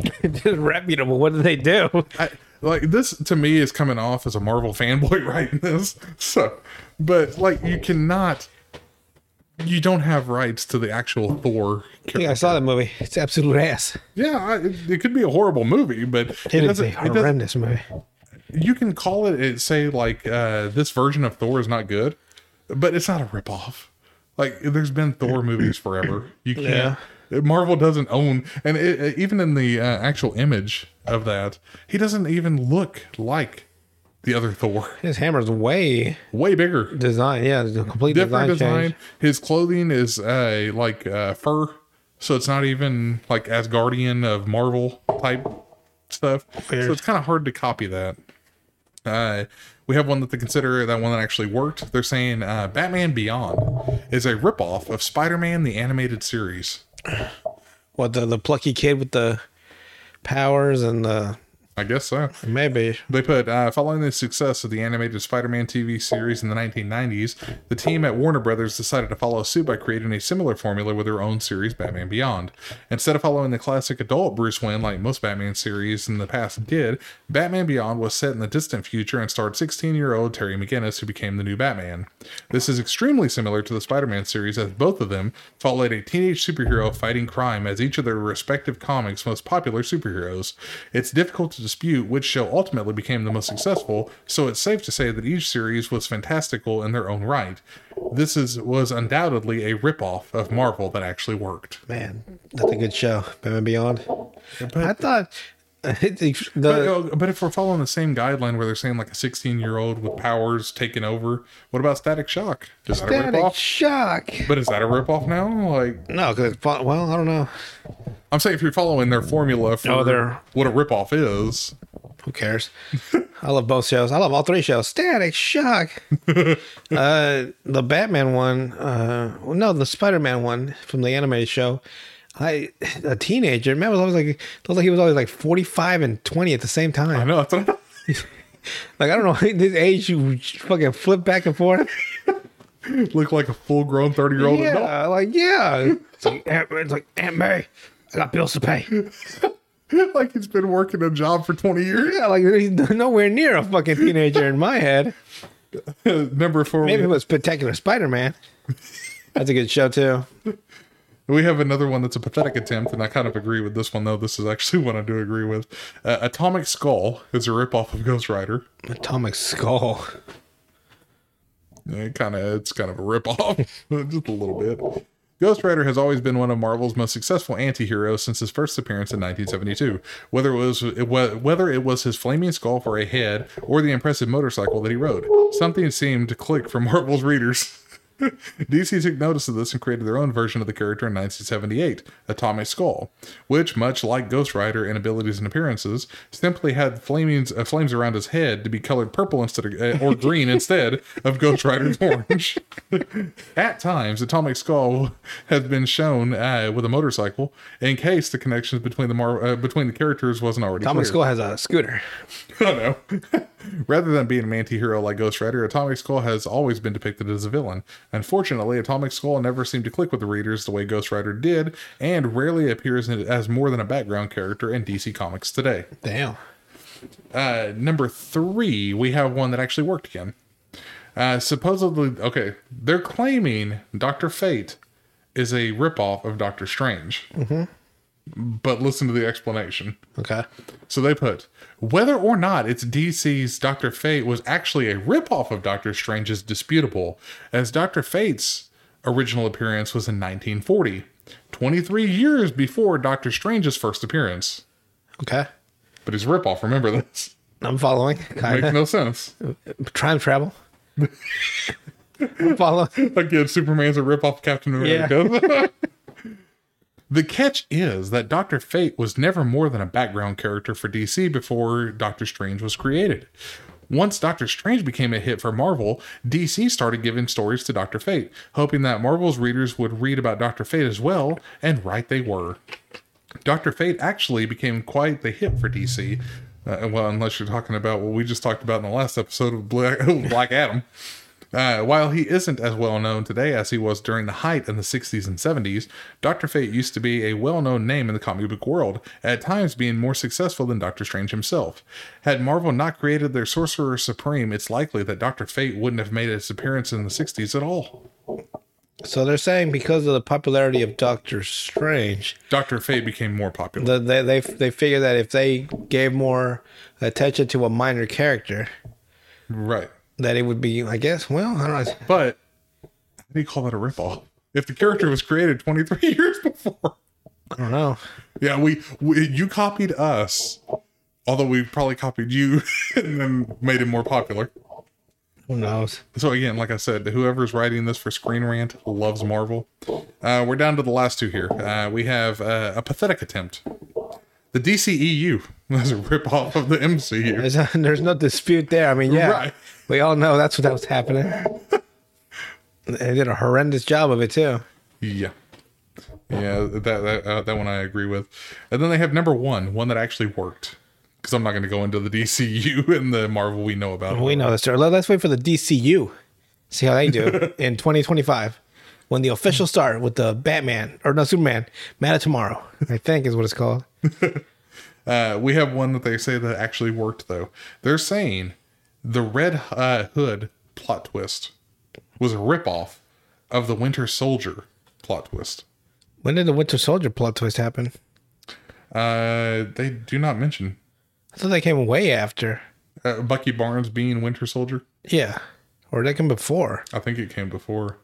B: Reputable. What did they do?
A: I, like, this to me is coming off as a Marvel fanboy writing this. So, but like, you cannot, you don't have rights to the actual Thor character.
B: Yeah, I saw that movie. It's absolute ass.
A: Yeah, I, it, it could be a horrible movie, but it
B: It is
A: doesn't.
B: a
A: it doesn't-
B: horrendous movie.
A: you can call it, it say like uh, this version of Thor is not good, but it's not a ripoff. Like there's been Thor movies forever. You can't. Marvel doesn't own, and it, it- even in the uh, actual image of that, he doesn't even look like the other Thor.
B: His hammer's way
A: Way bigger,
B: design. Yeah, it's a complete
A: different
B: design,
A: design.
B: change.
A: His clothing is uh, like uh, fur, so it's not even like Asgardian of Marvel type stuff.
B: Weird.
A: So it's kind of hard to copy that. Uh, we have one that they consider that one that actually worked. They're saying uh, Batman Beyond is a ripoff of Spider-Man the animated series.
B: What the the plucky kid with the powers and the
A: I guess so.
B: maybe
A: They put, uh, following the success of the animated Spider Man TV series in the 1990s, the team at Warner Brothers decided to follow suit by creating a similar formula with their own series, Batman Beyond. Instead of following the classic adult Bruce Wayne like most Batman series in the past did, Batman Beyond was set in the distant future and starred 16 year old Terry McGinnis, who became the new Batman. This is extremely similar to the Spider Man series, as both of them followed a teenage superhero fighting crime as each of their respective comics' most popular superheroes. It's difficult to dispute which show ultimately became the most successful, so it's safe to say that each series was fantastical in their own right. This is was undoubtedly a ripoff of Marvel that actually worked.
B: man, that's a good show. Batman Beyond. I thought the,
A: But, uh, but if we're following the same guideline where they're saying like a 16 year old with powers taking over, what about Static Shock? Is that a
B: static
A: ripoff?
B: shock.
A: But is that a ripoff now? Like,
B: No, because well, I don't know.
A: I'm saying if you're following their formula for
B: Oh, they're-
A: what a ripoff is,
B: Who cares? I love both shows. I love all three shows. Static Shock. uh, the Batman one. Uh, well, no, the Spider Man one from the animated show. I a teenager. Man was always like looked like he was always like forty five and twenty at the same
A: I
B: time.
A: know that's what I
B: Like I don't know this age you fucking flip back and forth.
A: look like a full grown 30 year old adult.
B: Yeah, like yeah. Oh, It's like Aunt, it's like Aunt Mary. I got bills to pay.
A: like he's been working a job for 20 years.
B: Yeah, like he's nowhere near a fucking teenager in my head.
A: Number four,
B: Maybe it
A: we,
B: was Spectacular Spider Man. That's a good show too.
A: we have another one that's a pathetic attempt, and I kind of agree with this one, though. This is actually one I do agree with. Uh, Atomic Skull is a ripoff of Ghost Rider.
B: Atomic Skull.
A: It kind of it's kind of a ripoff, just a little bit. Ghost Rider has always been one of Marvel's most successful anti-heroes since his first appearance in 1972. Whether it was it wa- whether it was his flaming skull for a head or the impressive motorcycle that he rode, something seemed to click for Marvel's readers. DC took notice of this and created their own version of the character in 1978, Atomic Skull, which, much like Ghost Rider in abilities and appearances, simply had flamings, uh, flames around his head to be colored purple instead of, uh, or green instead of Ghost Rider's orange. At times, Atomic Skull has been shown uh, with a motorcycle in case the connections between the mar- uh, between the characters wasn't already
B: Atomic
A: clear.
B: Skull has a scooter.
A: I know. Oh, Rather than being an anti-hero like Ghost Rider, Atomic Skull has always been depicted as a villain. Unfortunately, Atomic Skull never seemed to click with the readers the way Ghost Rider did, and rarely appears in- as more than a background character in DC Comics today.
B: Damn.
A: Uh, number three, we have one that actually worked again. Uh, supposedly, okay, they're claiming Doctor Fate is a ripoff of Doctor Strange. But listen to the explanation.
B: Okay.
A: So they put whether or not it's DC's Doctor Fate was actually a ripoff of Doctor Strange is disputable, as Doctor Fate's original appearance was in 1940, 23 years before Doctor Strange's first appearance.
B: Okay.
A: But he's a ripoff. Remember this?
B: I'm following. Kind
A: Makes
B: of.
A: no sense.
B: Time travel. Follow.
A: Again, Superman's a ripoff of Captain America. the catch is that Dr. Fate was never more than a background character for DC before Doctor Strange was created. Once Doctor Strange became a hit for Marvel, DC started giving stories to Dr. Fate, hoping that Marvel's readers would read about Dr. Fate as well, and right they were. Dr. Fate actually became quite the hit for DC. Uh, well, unless you're talking about what we just talked about in the last episode of Black, Black Adam. Uh, while he isn't as well known today as he was during the height in the 60s and 70s, Dr. Fate used to be a well known name in the comic book world, at times being more successful than Doctor Strange himself. Had Marvel not created their Sorcerer Supreme, it's likely that Dr. Fate wouldn't have made its appearance in the 60s at all.
B: So they're saying because of the popularity of Doctor Strange,
A: Dr. Fate became more popular.
B: the, they they they figure that if they gave more attention to a minor character,
A: right.
B: that it would be. I guess. Well, I don't know.
A: But how do you call that a ripoff? If the character was created 23 years before.
B: I don't know.
A: Yeah, we, we you copied us, although we probably copied you and then made it more popular.
B: Who knows?
A: So again, like I said, whoever's writing this for Screen Rant loves Marvel. Uh, we're down to the last two here. Uh, we have uh, a pathetic attempt. The DCEU was a ripoff of the MCU.
B: There's there's no dispute there. I mean, Uh, yeah,
A: Right.
B: we all know that's what that was happening. they did a horrendous job of it too.
A: Yeah. Yeah, that that, uh, that one I agree with. And then they have number one, one that actually worked. Because I'm not going to go into the DCU and the Marvel we know about.
B: We know this. sir. Let- Let's wait for the DCU. See how they do in 2025 when the official start with the Batman or no Superman, Man of Tomorrow, I think is what it's called.
A: Uh, we have one that they say that actually worked though. They're saying the Red uh, Hood plot twist was a ripoff of the Winter Soldier plot twist.
B: When did the Winter Soldier plot twist happen?
A: Uh, they do not mention
B: I thought that came way after.
A: uh, Bucky Barnes being Winter Soldier.
B: Yeah, or that came before.
A: I think it came before.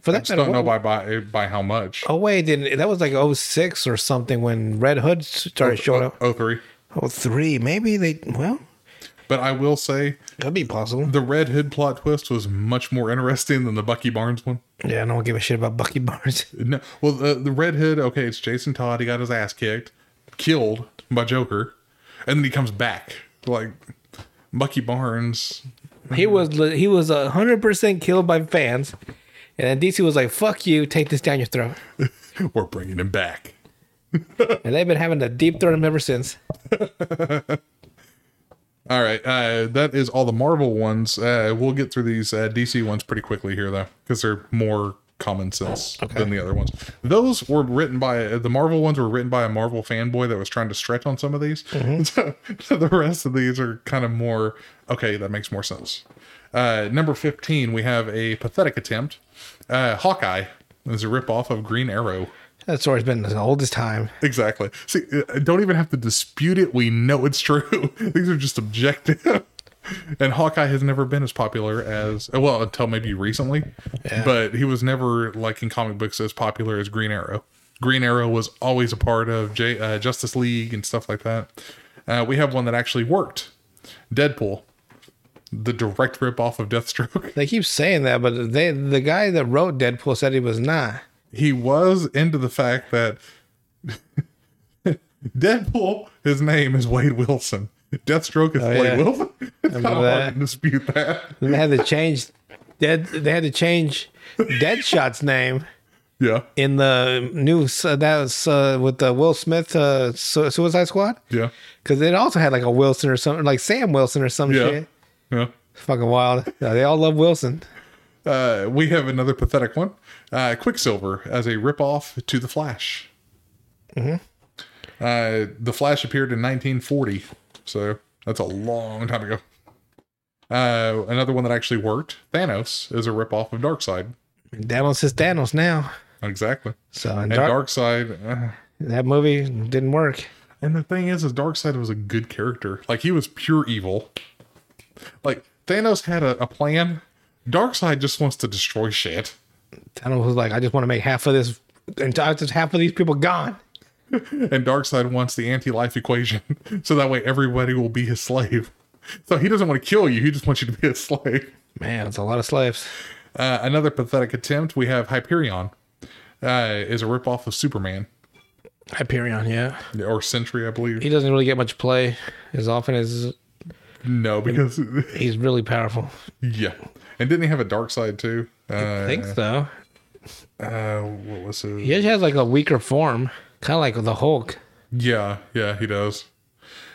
B: For that
A: Just
B: matter,
A: don't know
B: what-
A: by by by how much.
B: Oh wait, didn't that was like 06 or something when Red Hood started showing up.
A: Oh, three.
B: Oh three, maybe they. Well,
A: But I will say
B: that'd be possible.
A: the Red Hood plot twist was much more interesting than the Bucky Barnes one.
B: Yeah, I don't give a shit about Bucky Barnes.
A: No, well, the, the Red Hood, okay, it's Jason Todd. He got his ass kicked, killed by Joker, and then he comes back. Like, Bucky Barnes.
B: He was le- he was a hundred percent killed by fans, and then DC was like, "Fuck you, take this down your throat."
A: We're bringing him back.
B: And they've been having to deep throat him ever since.
A: All right, uh, that is all the Marvel ones. Uh, we'll get through these uh, DC ones pretty quickly here, though, because they're more common sense than the other ones. Those were written by uh, the Marvel ones were written by a Marvel fanboy that was trying to stretch on some of these. So, so the rest of these are kind of more okay. That makes more sense. Uh, number fifteen, we have a pathetic attempt. Uh, Hawkeye is a ripoff of Green Arrow.
B: That story's been the oldest time.
A: Exactly. See, uh, don't even have to dispute it. We know it's true. These are just objective. and Hawkeye has never been as popular as well until maybe recently, but he was never like in comic books as popular as Green Arrow. Green Arrow was always a part of J- uh, Justice League and stuff like that. Uh, we have one that actually worked, Deadpool, the direct rip off of Deathstroke.
B: They keep saying that, but they the guy that wrote Deadpool said he was not.
A: he was into the fact that Deadpool, his name is Wade Wilson. Deathstroke is Wade
B: Oh, yeah.
A: Wilson. It's kind of hard
B: that.
A: to dispute that.
B: And they had to change dead. They had to change Deadshot's name
A: Yeah,
B: in the new so that was uh, with the Will Smith uh, Su- Suicide Squad
A: yeah,
B: because it also had like a Wilson or something like Sam Wilson or some
A: yeah,
B: shit.
A: yeah.
B: Fucking wild. No, they all love Wilson.
A: Uh, we have another pathetic one. Uh, Quicksilver as a ripoff to the Flash.
B: Mm-hmm.
A: Uh, the Flash appeared in 1940, so that's a long time ago. Uh, another one that actually worked. Thanos is a ripoff of Darkseid.
B: Thanos is Thanos now.
A: Exactly.
B: So
A: And
B: and Dark,
A: Darkseid. Uh,
B: that movie didn't work.
A: And the thing is, is Darkseid was a good character. Like he was pure evil. Like Thanos had a, a plan. Darkseid just wants to destroy shit.
B: Thanos was like, I just want to make half of this entire just half of these people gone.
A: And Darkseid wants the anti-life equation. So that way everybody will be his slave. So he doesn't want to kill you, he just wants you to be his slave.
B: Man, it's a lot of slaves.
A: Uh, another pathetic attempt. We have Hyperion, uh, is a ripoff of Superman
B: Hyperion, yeah.
A: or Sentry, I believe.
B: He doesn't really get much play as often as
A: No, because
B: he's really powerful.
A: yeah, and didn't he have a dark side too? Uh,
B: I think so.
A: uh, what was his?
B: He actually has like a weaker form, kind of like the Hulk.
A: Yeah, yeah, he does.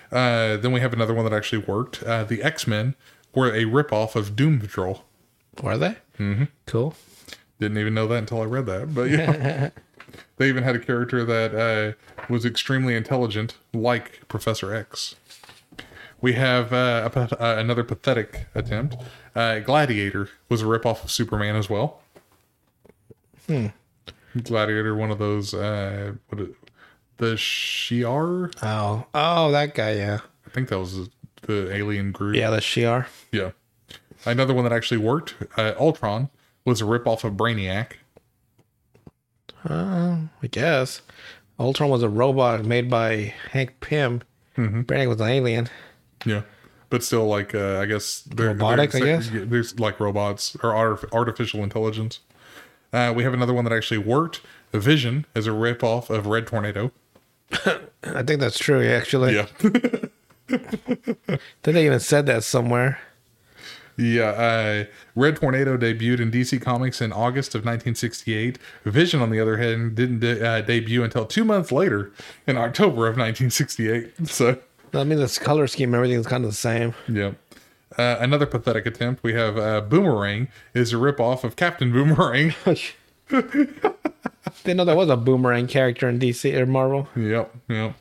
A: Uh, then we have another one that actually worked. Uh, the X Men were a ripoff of Doom Patrol.
B: Were they? Mm-hmm. Cool.
A: Didn't even know that until I read that. But yeah, they even had a character that uh, was extremely intelligent, like Professor X. We have uh, a, pa- uh, another pathetic attempt. Uh, Gladiator was a ripoff of Superman as well. Gladiator, one of those, uh, what it, the Shi'ar?
B: Oh, oh, that guy, yeah,
A: I think that was the alien group.
B: yeah, that's Shiar.
A: Yeah. Another one that actually worked, uh, Ultron, was a ripoff of Brainiac.
B: Uh-huh. I guess. Ultron was a robot made by Hank Pym. Brainiac was an alien.
A: Yeah. But still, like, uh, I guess they're
B: Robotic,
A: they're-
B: I guess?
A: yeah, There's like robots or artif- artificial intelligence. Uh, we have another one that actually worked. Vision is a ripoff of Red Tornado.
B: I think that's true. Actually,
A: Yeah.
B: I think they even said that somewhere.
A: yeah. Uh, Red Tornado debuted in DC Comics in August of 1968. Vision, on the other hand, didn't de- uh, debut until two months later in October of 1968. So.
B: I mean, this color scheme, everything's kind of the same.
A: Yep. Uh, another pathetic attempt. We have uh, Boomerang is a ripoff of Captain Boomerang.
B: Didn't know there was a boomerang character in DC or Marvel.
A: yep, yep.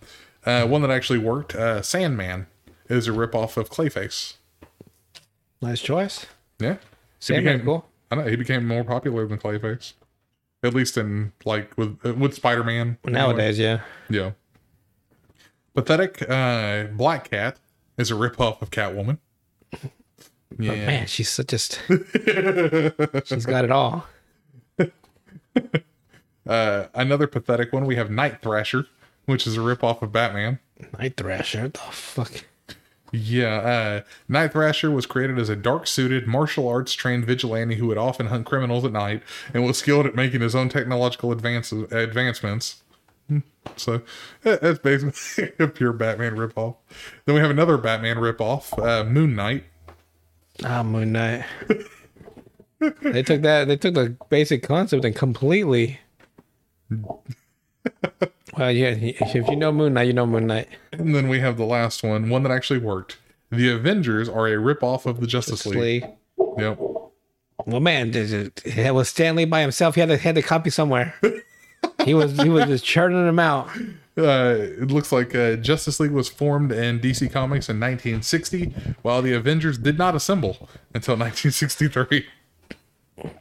A: Uh, one that actually worked. Uh, Sandman is a ripoff of Clayface.
B: Nice choice.
A: Yeah, He
B: Sandman's
A: became-
B: cool.
A: I know he became more popular than Clayface, at least in like with uh, with Spider Man
B: Nowadays, yeah.
A: Yeah. Pathetic. Uh, Black Cat is a ripoff of Catwoman. Yeah.
B: Man, she's such just she's got it all.
A: Uh, another pathetic one. We have Night Thrasher, which is a ripoff of Batman.
B: Night Thrasher, what the fuck?
A: Yeah, uh, Night Thrasher was created as a dark suited, martial arts trained vigilante who would often hunt criminals at night and was skilled at making his own technological advances, advancements. Hmm, So eh, that's basically a pure Batman ripoff. Then we have another Batman ripoff, uh, Moon Knight.
B: Ah, Moon Knight. they took that. They took the basic concept and completely. well, yeah. If you know Moon Knight, you know Moon Knight.
A: And then we have the last one, one that actually worked. The Avengers are a ripoff of the Justice League.
B: Slee.
A: Yep.
B: Well, man, did it, it was Stanley by himself. He had to had to copy somewhere. he was he was just churning them out.
A: Uh, it looks like uh, Justice League was formed in DC Comics in 1960, while the Avengers did not assemble until 1963.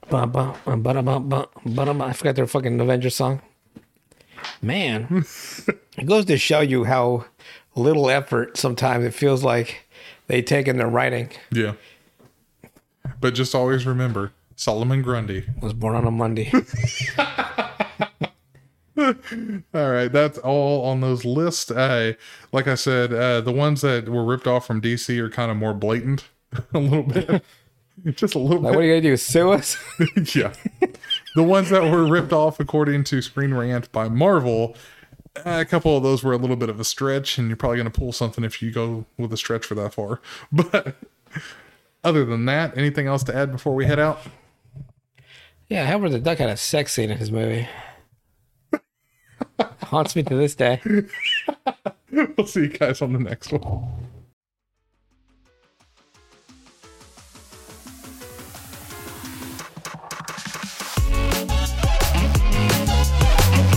B: Bum, bum, bum, bum, bum, bum, bum. I forgot their fucking Avengers song. Man, it goes to show you how little effort sometimes it feels like they take in their writing.
A: Yeah. But just always remember Solomon Grundy.
B: Was born on a Monday.
A: All right, that's all on those lists. Uh, like I said, uh, the ones that were ripped off from DC are kind of more blatant a little bit. just a little
B: Like, what
A: bit.
B: are you gonna do? Sue us?
A: yeah. The ones that were ripped off, according to Screen Rant by Marvel, eh, a couple of those were a little bit of a stretch, and you're probably going to pull something if you go with a stretch for that far. But other than that, anything else to add before we head out?
B: yeah, Howard the Duck had a sex scene in his movie. Haunts me to this day.
A: We'll see you guys on the next one.